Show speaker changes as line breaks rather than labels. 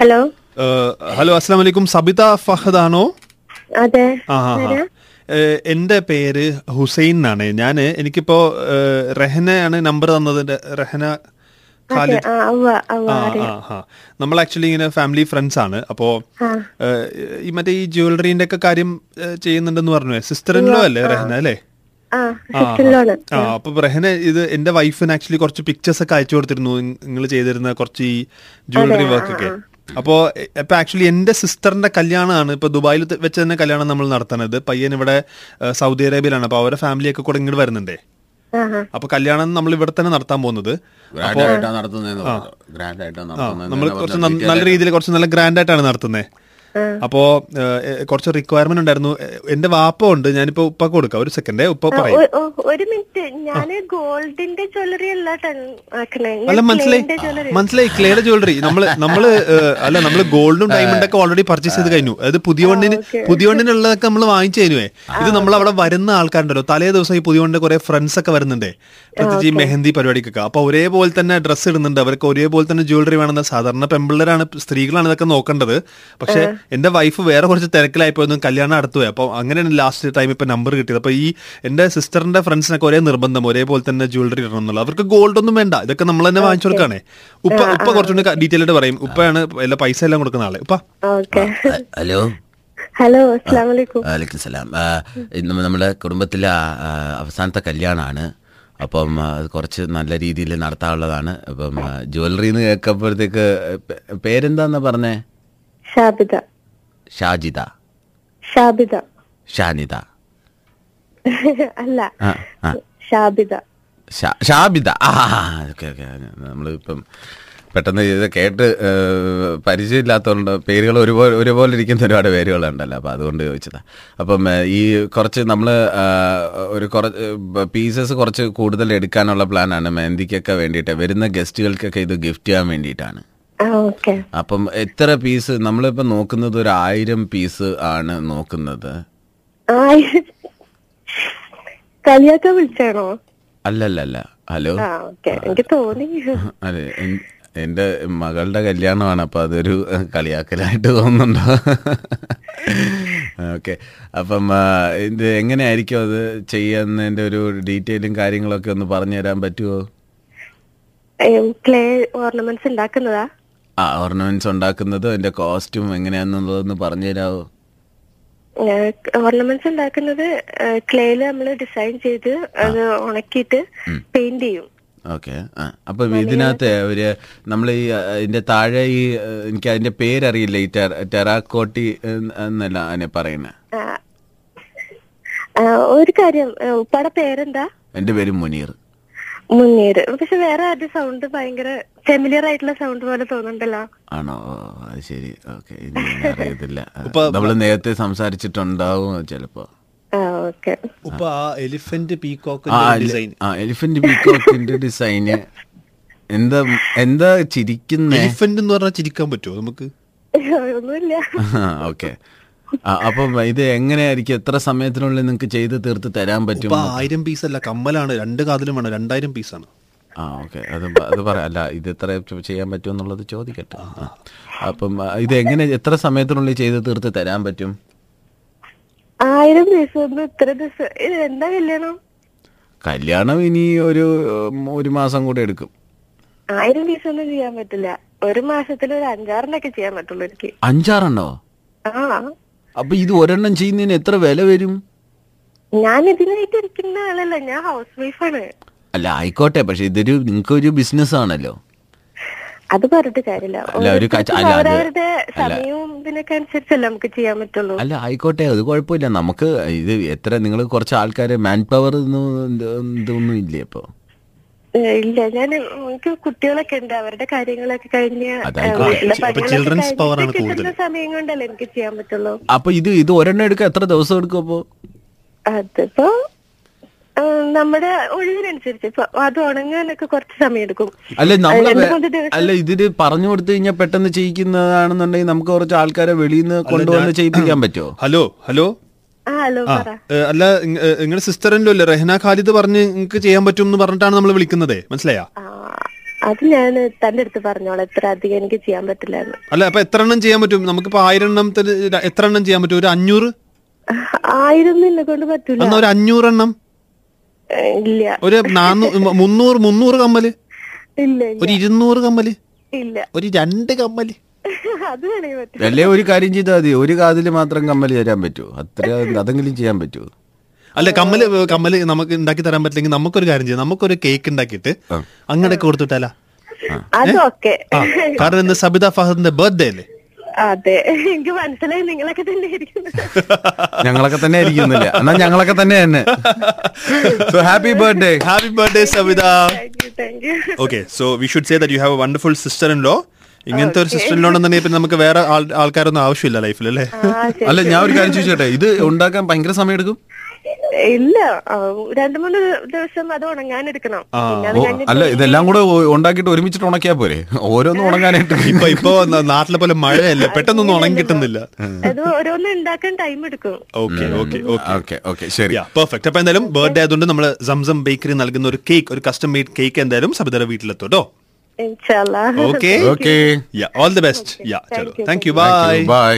Hello
hello അസ്സാം വലൈക്കും സബിത ഫഹദ് ആണോ
അതെ
ആ ആ ആ ഏഹ്, എന്റെ പേര് ഹുസൈൻ എന്നാണ് ഞാൻ എനിക്കിപ്പോ ഏഹ്, റെഹനയാണ് നമ്പർ തന്നത് എന്റെ റെഹന
അതെ
ഖാലിദ്
ആ അവ അവ
ആ ആ ആ നമ്മൾ ആക്ച്വലി ഇങ്ങനെ ഫാമിലി ഫ്രണ്ട്സ് ആണ് അപ്പോ
ആ
ഏഹ്, ഈ മറ്റേ ഈ ജ്വല്ലറിന്റെ ഒക്കെ കാര്യം ഏഹ്, ചെയ്യുന്നുണ്ടെന്ന് പറഞ്ഞു സിസ്റ്റർ ഇൻ ലോ അല്ലേ റെഹന അല്ലേ
ആ
ആ,
സിസ്റ്ററിലാണ്
ആ അപ്പൊ റെഹന ഇത് എന്റെ വൈഫിന് ആക്ച്വലി കുറച്ച് പിക്ചേഴ്സ് ഒക്കെ അയച്ചു കൊടുത്തിരുന്നു നിങ്ങൾ ചെയ്തിരുന്ന കുറച്ച് ഈ ജ്വല്ലറി വർക്ക് ഒക്കെ അപ്പോ ഇപ്പൊ ആക്ച്വലി എന്റെ സിസ്റ്ററിന്റെ കല്യാണമാണ് ഇപ്പൊ ദുബായിൽ ത- വെച്ച് തന്നെ കല്യാണം നമ്മൾ നടത്തുന്നത് പയ്യൻ ഇവിടെ ഏഹ്, സൗദി അറേബ്യയിലാണ് അപ്പൊ അവരുടെ ഫാമിലി ഒക്കെ കൂടെ ഇങ്ങോട്ട് വരുന്നുണ്ടേ
ആ ആ
അപ്പൊ കല്യാണം നമ്മൾ ഇവിടെ തന്നെ നടത്താൻ പോകുന്നത്
ഗ്രാൻഡ് ആയിട്ടാണ് നടത്തുന്നതെന്ന് പറഞ്ഞു ഗ്രാൻഡ് ആയിട്ടാണ്
നമ്മൾ
നടത്തുന്നത്
കുറച്ച് നന്ന- നല്ല രീതിയിൽ കുറച്ച് നല്ല ഗ്രാൻഡ് ആയിട്ടാണ് നടത്തുന്നത് അപ്പോ ഏഹ്, ഏഹ്, കുറച്ച് റിക്വയർമെന്റ് ഉണ്ടായിരുന്നു ഏഹ്, എന്റെ വാപ്പ ഉണ്ട് ഞാനിപ്പോ ഉപ്പ കൊടുക്കാം ഒരു സെക്കൻഡേ ഉപ്പ
ആ,
പറയും
ഒ- ഒ- ഒരു മിനിറ്റ് ഞാൻ ഗോൾഡിന്റെ ജ്വല്ലറി അല്ല ടൺ- ആക്കണേ ഞാൻ
അല്ല മനസ്സിലായി
plain ന്റെ ജ്വല്ലറി
മനസ്സിലായി ക്ലിയർ ജ്വല്ലറി നമ്മള് നമ്മള് ഏഹ്, അല്ല നമ്മള് ഗോൾഡും ഡയമണ്ട് ഒക്കെ ഓൾറെഡി പർച്ചേസ് ചെയ്ത് കഴിഞ്ഞു അതായത് പുതിയ വണ്ണിന് പുതിയ വണ്ണിനുള്ളതൊക്കെ നമ്മൾ വാങ്ങിച്ചു കഴിഞ്ഞുവേ ഇത് നമ്മൾ അവിടെ വരുന്ന ആൾക്കാരുണ്ടല്ലോ തലേ ദിവസം ഈ പുതിയ വണ്ണിന്റെ കുറെ ഫ്രണ്ട്സ് ഒക്കെ വരുന്നുണ്ടേ പ്രത്യേകിച്ച് ഈ മെഹന്തി പരിപാടിക്കൊക്കെ അപ്പൊ ഒരേപോലെ തന്നെ ഡ്രസ്സ് ഇടുന്നുണ്ട് അവർക്ക് ഒരേപോലെ തന്നെ ജ്വല്ലറി വേണമെന്ന് സാധാരണ പെമ്പിള്ളേരാണ് സ്ത്രീകളാണ് ഇതൊക്കെ നോക്കേണ്ടത് പക്ഷെ എന്റെ വൈഫ് വേറെ കുറച്ച് തിരക്കിലായിപ്പോയിരുന്നു കല്യാണം അടുത്തു പോയി അപ്പോൾ അങ്ങനെയാണ് ലാസ്റ്റ് ടൈം ഇപ്പൊ നമ്പർ കിട്ടിയത് അപ്പൊ ഈ എന്റെ സിസ്റ്ററിന്റെ ഫ്രണ്ട്സിനൊക്കെ ഒരേ നിർബന്ധം ഒരേപോലെ തന്നെ ജ്വല്ലറി ഇടണം എന്നുള്ള അവർക്ക് ഗോൾഡ് ഒന്നും വേണ്ട ഇതൊക്കെ നമ്മൾ തന്നെ വാങ്ങിച്ചു കൊടുക്കാണേ ഉപ്പ ഉപ്പ കുറച്ചുകൂടി ഡീറ്റെയിൽ ആയിട്ട് പറയും ഉപ്പയാണ് എല്ലാ പൈസ എല്ലാം കൊടുക്കുന്ന ആള് ഉപ്പ
ഓക്കെ
ഹലോ
ഹലോ അസ്സാം വലൈക്കും
വലൈക്കും സലാം ആ, ഇന്ന് നമ്മുടെ കുടുംബത്തിലെ ആ, ആ, അവസാനത്തെ കല്യാണമാണ് അപ്പം ആ, അത് കുറച്ച് നല്ല രീതിയിൽ നടത്താനുള്ളതാണ് അപ്പം ആ, ജ്വല്ലറി എന്ന് കേൾക്കുമ്പോഴത്തേക്ക് പേ- പേരെന്താന്നാ പറഞ്ഞേ
ഷാബിത
ഷാജിദ
ഷാബിത
ഷാനിദ
അല്ല
ആ, ആ.
ഷാബിത
ഷാ- ഷാബിദ ആ ഓക്കെ ഓക്കെ നമ്മളിപ്പം പെട്ടെന്ന് ഇത് കേട്ട് ഏ, പരിചയമില്ലാത്തതുകൊണ്ട് പേരുകൾ ഒരുപോലെ ഒരുപോലെ ഇരിക്കുന്ന ഒരുപാട് പേരുകളുണ്ടല്ലോ അപ്പോൾ അതുകൊണ്ട് ചോദിച്ചതാ അപ്പം ഏ, ഈ കുറച്ച് നമ്മൾ ഒരു കുറച്ച് പീസസ് കുറച്ച് കൂടുതൽ എടുക്കാനുള്ള പ്ലാനാണ് മെഹന്തിക്കൊക്കെ വേണ്ടിയിട്ട് വരുന്ന ഗസ്റ്റുകൾക്കൊക്കെ ഇത് ഗിഫ്റ്റ് ചെയ്യാൻ വേണ്ടിയിട്ടാണ്
ആ ഓക്കെ
അപ്പം എത്ര പീസ് നമ്മളിപ്പോൾ നോക്കുന്നത് ഒരു ആയിരം പീസ് ആണ് നോക്കുന്നത്
ആ കളിയാക്ക വിളിച്ചാണോ
അല്ലല്ലല്ല ഹലോ
ആ ഓക്കെ എനിക്ക് തോന്നി
അതെ എൻ- എന്റെ മകളുടെ കല്യാണമാണ് അപ്പൊ അതൊരു അഹ്, കളിയാക്കലായിട്ട് തോന്നുന്നുണ്ടോ ഓക്കെ അപ്പം ആ, ഇത് എങ്ങനെയായിരിക്കും അത് ചെയ്യുന്നതിന്റെ ഒരു ഡീറ്റെയിലും കാര്യങ്ങളൊക്കെ ഒന്ന് പറഞ്ഞു തരാൻ പറ്റുമോ
ക്ലേ ഓർണമെന്റ്സ് ഉണ്ടാക്കുന്നതാ
ആ ഓർണമെന്റ്സ് ഉണ്ടാക്കുന്നതും എന്റെ കോസ്റ്റും എങ്ങനെയാണെന്നുള്ളതൊന്ന് പറഞ്ഞു തരാമോ
ഓർണമെന്റ്സ് ഉണ്ടാക്കുന്നത് ക്ലേയിൽ നമ്മൾ ഡിസൈൻ ചെയ്ത് അത് ഉണക്കിയിട്ട് പെയിന്റ് ചെയ്യും
ഓക്കെ ആ അപ്പം ഇതിനകത്ത് ഒരു നമ്മൾ ഈ ആ, ഇതിന്റെ താഴെ ഈ ആ, എനിക്ക് അതിന്റെ പേരറിയില്ല ഈ ടെറ- ടെറാക്കോട്ടി എന്ന് എന്നല്ല അതിനെ പറയുന്നത്
ആ, ആ, ഒരു കാര്യം ആ, ഉപ്പാടെ പേരെന്താ
എൻ്റെ പേര് മുനീർ
മുന്നേര് പക്ഷെ വേറെ ആരുടെ സൗണ്ട് ഭയങ്കര ഫെമിലിയർ ആയിട്ടുള്ള സൗണ്ട് പോലെ തോന്നുന്നുണ്ടല്ലോ
ആണോ ഓ, അത് ശരി ഓക്കെ അറിയത്തില്ല നമ്മൾ നേരത്തെ സംസാരിച്ചിട്ടുണ്ടാവും ചിലപ്പോ
ആ ഓക്കെ
ഉപ്പ ആ എലിഫന്റ് പീകോക്ക്
ആ, എലി-
ഡിസൈൻ
ആ എലിഫന്റ് പീക്കോക്കിന്റെ ഡിസൈന് എന്താ എന്താ ചിരിക്കുന്നേ
എലിഫന്റ് എന്ന് പറഞ്ഞാൽ ചിരിക്കാൻ പറ്റുമോ നമുക്ക്
ഒന്നുമില്ല
ഓക്കെ അപ്പം ഇത് എങ്ങനെയായിരിക്കും എത്ര സമയത്തിനുള്ളിൽ നിങ്ങൾക്ക് ചെയ്ത് തീർത്ത് തരാൻ പറ്റും
ഉപ്പ ആയിരം പീസ് അല്ല കമ്മലാണ് രണ്ട് കാതിലും വേണം രണ്ടായിരം പീസാണ്
ആ ഓക്കെ അത് പ- അത് പറയാം അല്ല ഇത് എത്ര ചെ- ചെയ്യാൻ പറ്റും എന്നുള്ളത് ചോദിക്കട്ടെ ആ. അപ്പം ആ, ഇത് എങ്ങനെ എത്ര സമയത്തിനുള്ളിൽ ചെയ്ത് തീർത്ത് തരാൻ പറ്റും
ആയിരം ദിവസം ഒന്നും ഇത്ര ദിവസം ഇത് എന്താ കല്യാണം
കല്യാണം ഇനി ഒരു ഉം, ഒരു മാസം കൂടെ എടുക്കും
ആയിരം ദിവസം ഒന്നും ചെയ്യാൻ പറ്റില്ല ഒരു മാസത്തിൽ ഒരു അഞ്ചാറിനൊക്കെ ചെയ്യാൻ പറ്റുള്ളൂ എനിക്ക്
അഞ്ചാറെണ്ണോ
ആ
അപ്പൊ ഇത് ഒരെണ്ണം ചെയ്യുന്നതിന് എത്ര വില വരും
ഞാൻ ഇതിനായിട്ട് ഇരിക്കുന്ന ആളല്ല ഞാൻ ഹൗസ് വൈഫാണ്
അല്ല ആയിക്കോട്ടെ പക്ഷെ ഇതൊരു നിങ്ങൾക്ക് ഒരു ബിസിനസ് ആണല്ലോ
അത് പറഞ്ഞിട്ട് കാര്യമില്ല
അല്ല, ഒരു കച്ച-
ഓരോരുത്തർക്കും
അല്ല, അത്
അവരവരുടെ
അല്ല.
സമയവും ഇതിനൊക്കെ അനുസരിച്ചല്ലേ നമുക്ക് ചെയ്യാൻ പറ്റുള്ളൂ
അല്ല ആയിക്കോട്ടെ അത് കുഴപ്പമില്ല നമുക്ക് ഇത് എത്ര നിങ്ങൾ കുറച്ച് ആൾക്കാരെ മാൻ പവർ ഇതൊന്നും ഇല്ലേ ഇപ്പൊ
ഏ, ഇല്ല ഞാൻ എനിക്ക് കുട്ടികളൊക്കെ ഉണ്ട് അവരുടെ കാര്യങ്ങളൊക്കെ കഴിഞ്ഞ്
അതായിക്കോട്ടെ.
വീട്ടിലെ
അപ്പൊ
പണികളൊക്കെ
children's power ആണ്
കഴിഞ്ഞിട്ട് കിട്ടുന്ന
കൂടുതൽ.
സമയം കൊണ്ടല്ലേ എനിക്ക് ചെയ്യാൻ പറ്റുള്ളൂ
അപ്പൊ ഇത് ഇത് ഒരെണ്ണം എടുക്കുക എത്ര ദിവസം എടുക്കും അപ്പോ
അതിപ്പോ ഏ, നമ്മുടെ ഒഴിവിനനുസരിച്ച് ഇപ്പൊ അത് ഉണങ്ങാനൊക്കെ കുറച്ച് സമയം എടുക്കും
അല്ല നമ്മൾ
രണ്ട് മൂന്ന് ദിവസം.
അല്ല ഇതിന് പറഞ്ഞു കൊടുത്തു കഴിഞ്ഞാൽ പെട്ടെന്ന് ചെയ്യിക്കുന്നതാണെന്നുണ്ടെങ്കിൽ നമുക്ക് കുറച്ച് ആൾക്കാരെ വെളിയിൽ നിന്ന് കൊണ്ടുവന്ന് ചെയ്യിപ്പിക്കാൻ പറ്റുമോ
ഹലോ ഹലോ
ആ ഹലോ
ആ
പറ
ഏ, അല്ല നിങ്ങളുടെ സിസ്റ്ററിന്റെ അല്ലേ റെഹന ഖാലിദ് പറഞ്ഞ് നിങ്ങൾക്ക് ചെയ്യാൻ പറ്റും എന്ന് പറഞ്ഞിട്ടാണ് നമ്മൾ വിളിക്കുന്നത് മനസ്സിലായാ
ആ, അത് ഞാൻ തന്റെ അടുത്ത് പറഞ്ഞോളാം ഇത്ര അധികം എനിക്ക് ചെയ്യാൻ പറ്റില്ലായിരുന്നു
അല്ല അപ്പൊ എത്ര എണ്ണം ചെയ്യാൻ പറ്റും നമുക്കിപ്പോ ആയിരം എണ്ണത്തിന് ര- എത്ര എണ്ണം ചെയ്യാൻ പറ്റും ഒരു അഞ്ഞൂറ്
ആയിരം എന്നെ കൊണ്ട് പറ്റൂല
എന്നാ ഒരു അഞ്ഞൂറ് എണ്ണം
ഏ, ഇല്ല
ഒരു നാന്നൂ മുന്നൂറ് മുന്നൂറ് കമ്മല്
ഇല്ല ഇല്ല
ഒരു ഇരുന്നൂറ് കമ്മല്
ഇല്ല
ഒരു രണ്ട് കമ്മല്
അത് വേണമെങ്കിൽ പറ്റും
അല്ലേ ഒരു കാര്യം ചെയ്താൽ മതി ഒരു കാതിൽ മാത്രം കമ്മൽ തരാൻ പറ്റുമോ അത്ര അതെങ്കിലും ചെയ്യാൻ പറ്റുമോ
അല്ല കമ്മല് ഏ, കമ്മല് നമുക്ക് ഉണ്ടാക്കി തരാൻ പറ്റില്ലെങ്കിൽ നമുക്കൊരു കാര്യം ചെയ്യാം നമുക്കൊരു കേക്ക് ഉണ്ടാക്കിയിട്ട് അങ്ങനെയൊക്കെ കൊടുത്തിട്ടല്ല
അതൊക്കെ
ആ കാരണം ഇന്ന് സബിത ഫഹദിന്റെ ബർത്ത്ഡേ അല്ലേ
അതെ എനിക്ക് മനസ്സിലായി നിങ്ങളൊക്കെ തന്നെ ഇരിക്കുന്നത്
ഞങ്ങളൊക്കെ തന്നെ ആയിരിക്കുന്നില്ല എന്നാ ഞങ്ങളൊക്കെ തന്നെ തന്നെ so happy birthday
happy birthday Sabitha
thank you thank you
okay so we should say that you have a wonderful sister in law ഇങ്ങനത്തെ ഒരു സിസ്റ്റർ ഇൻ ലോ ഉണ്ടെന്നുണ്ടെങ്കിൽ പിന്നെ നമുക്ക് വേറെ ആൾ- ആൾക്കാരൊന്നും ആവശ്യമില്ല ലൈഫിൽ അല്ലേ
അല്ല ഞാൻ ഒരു കാര്യം ചോദിച്ചോട്ടെ ഇത് ഉണ്ടാക്കാൻ ഭയങ്കര സമയം എടുക്കും
ഇല്ല ആ, രണ്ടു മൂന്ന് ദിവസം അത് ഉണങ്ങാൻ എടുക്കണം പിന്നെ അത്
ഓ,
കഴിഞ്ഞിട്ട്
അല്ല ഇതെല്ലാം കൂടെ ഒ- ഉണ്ടാക്കിയിട്ട് ഒരുമിച്ചിട്ട് ഉണക്കിയാ പോരെ ഓരോന്നും ഉണങ്ങാനായിട്ട്
ഇപ്പൊ ഇപ്പൊ ന- നാട്ടിലെ പോലെ മഴയല്ലേ പെട്ടെന്നൊന്നും ഉണങ്ങി കിട്ടുന്നില്ല
അത് ഓരോന്ന് ഉണ്ടാക്കാൻ ടൈം എടുക്കും
okay okay okay
okay okay ശരി
പെർഫെക്റ്റ് അപ്പൊ എന്തായാലും ബർത്ത്ഡേ ആയതുകൊണ്ട് നമ്മൾ സംസം ബേക്കറി നൽകുന്ന ഒരു കേക്ക് ഒരു കസ്റ്റം മെയ്ഡ് കേക്ക് എന്തായാലും സബിതയുടെ വീട്ടിലെത്തും കേട്ടോ
ഇൻഷാല്ലാ
okay
okay
all the best യാ ചലോ താങ്ക് യു ബൈ
ബൈ